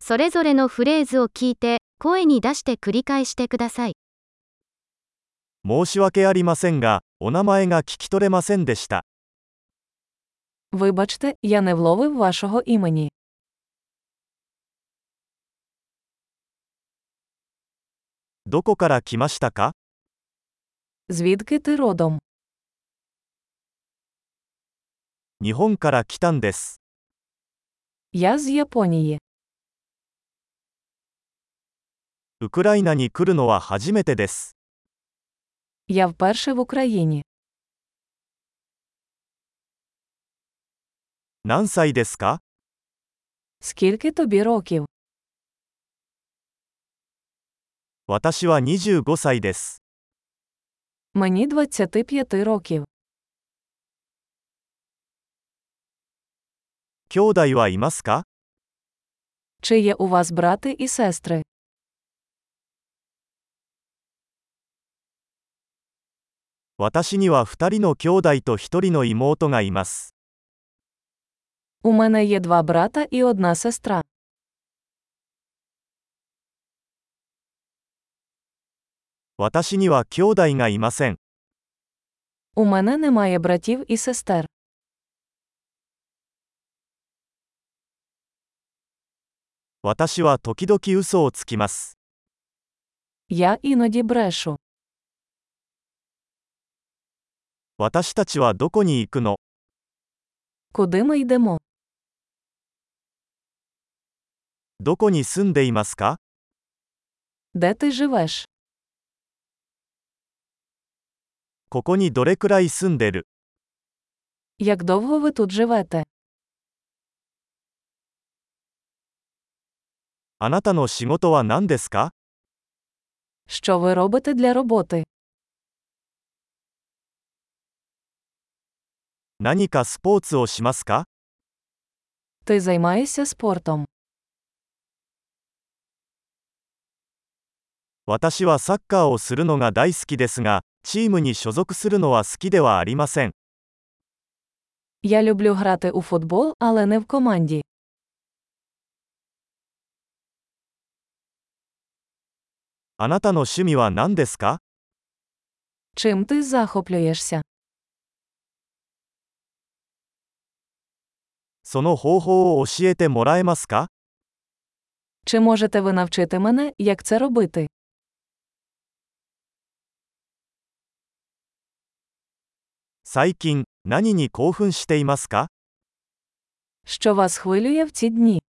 それぞれのフレーズを聞いて、声に出して繰り返してください。申し訳ありませんが、お名前が聞き取れませんでした。 Вибачте, я не вловив вашого імені. どこから来ましたか Звідки ти родом? 日本から来たんです。 Я з Японії. ウクライナに来るのは初めてです。 Я вперше в Україні. 何歳ですか Скільки тобі років? 私は25歳です。 Мені 25 років. 兄弟はいますか Чи є у вас брати і сестри? 私には2人の兄弟と1人の妹がいます。 У мене є два брата і одна сестра. 私には兄弟がいません。 У мене немає братів і сестер. 私は時々嘘をつきます。 Я іноді брешу. 私たちはどこに行くの Куди ми йдемо? どこに住んでいますか Де ти живеш? ここにどれくらい住んでる Як довго ви тут живете? あなたの仕事は何ですか Що ви робите для роботи? 何かスポーツをしますか Ти займаєшся спортом. 私はサッカーをするのが大好きですが、チームに所属するのは好きではありません。 Я люблю грати у футбол, але не в команді. あなたの趣味は何ですか Чим ти захоплюєшся? その方法を教えてもらえますか Чи можете ви навчити мене, як це робити? 最近、何に興奮していますか Що вас хвилює в ці дні?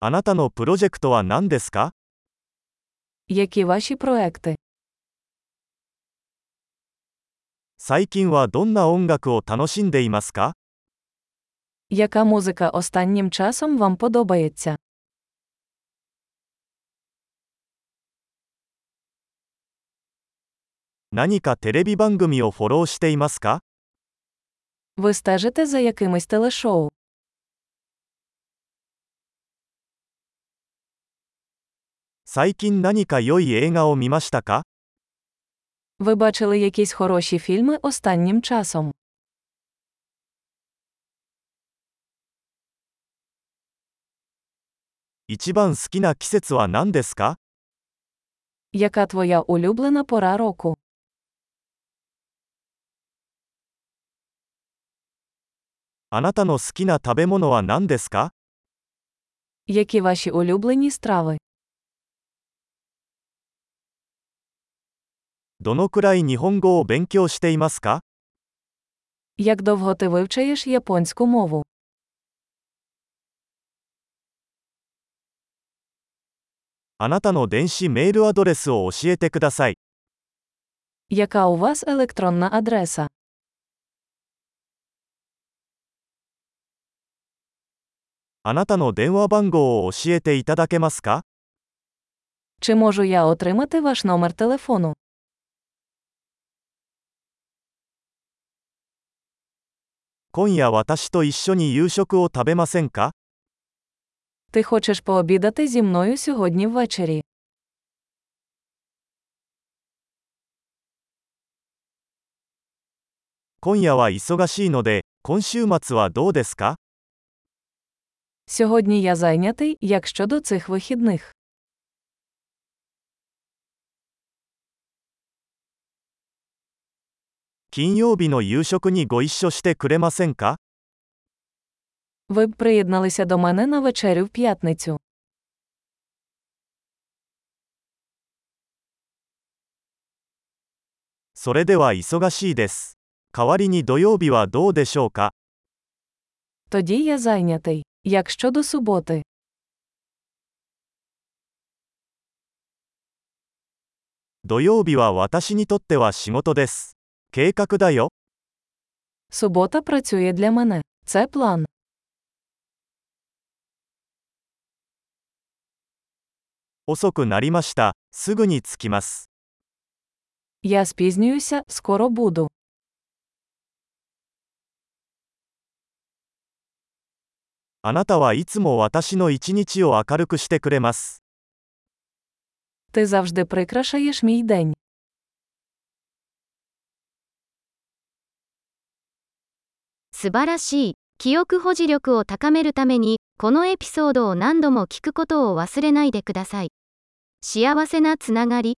あなたのプロジェクトは何ですか Які ваші проекти? 最近はどんな音楽を楽しんでいますか Яка музика останнім часом вам подобається? 何かテレビ番組をフォローしていますか Ви стежите за якимись телешоу? 最近何か良い映画を見ましたか Ви бачили якісь хороші фільми останнім часом? 一番好きな季節は何ですか Яка твоя улюблена пора року? あなたの好きな食べ物は何ですか Які ваші улюблені страви? どのくらい日本語を勉強していますか Як довго ти вивчаєш японську мову? あなたの電子メールアドレスを教えてください。 Яка у вас електронна адреса? あなたの電話番号を教えていただけますか Чи можу я отримати ваш номер телефону? 今夜私と一緒に夕食を食べませんか Ти хочеш пообідати зі мною сьогодні ввечері? 今夜は忙しいので、今週末はどうですか Сьогодні я зайнятий, як щодо цих вихідних. 「金曜日の夕食にご一緒してくれませんか?」 Ви б приєдналися до мене на вечерю в п'ятницю. 「それでは忙しいです。代わりに土曜日はどうでしょうか?」 Тоді я зайнятий. Як щодо суботи, 「土曜日は私にとっては仕事です。計画だよ。 субота працює для мене. Це план. 遅くなりました。すぐに着きます。 Я спізнююся, скоро буду. あなたはいつも私の一日を明るくしてくれます。 Ти завжди прикрашаєш мій день. 素晴らしい。記憶保持力を高めるために、このエピソードを何度も聞くことを忘れないでください。幸せなつながり。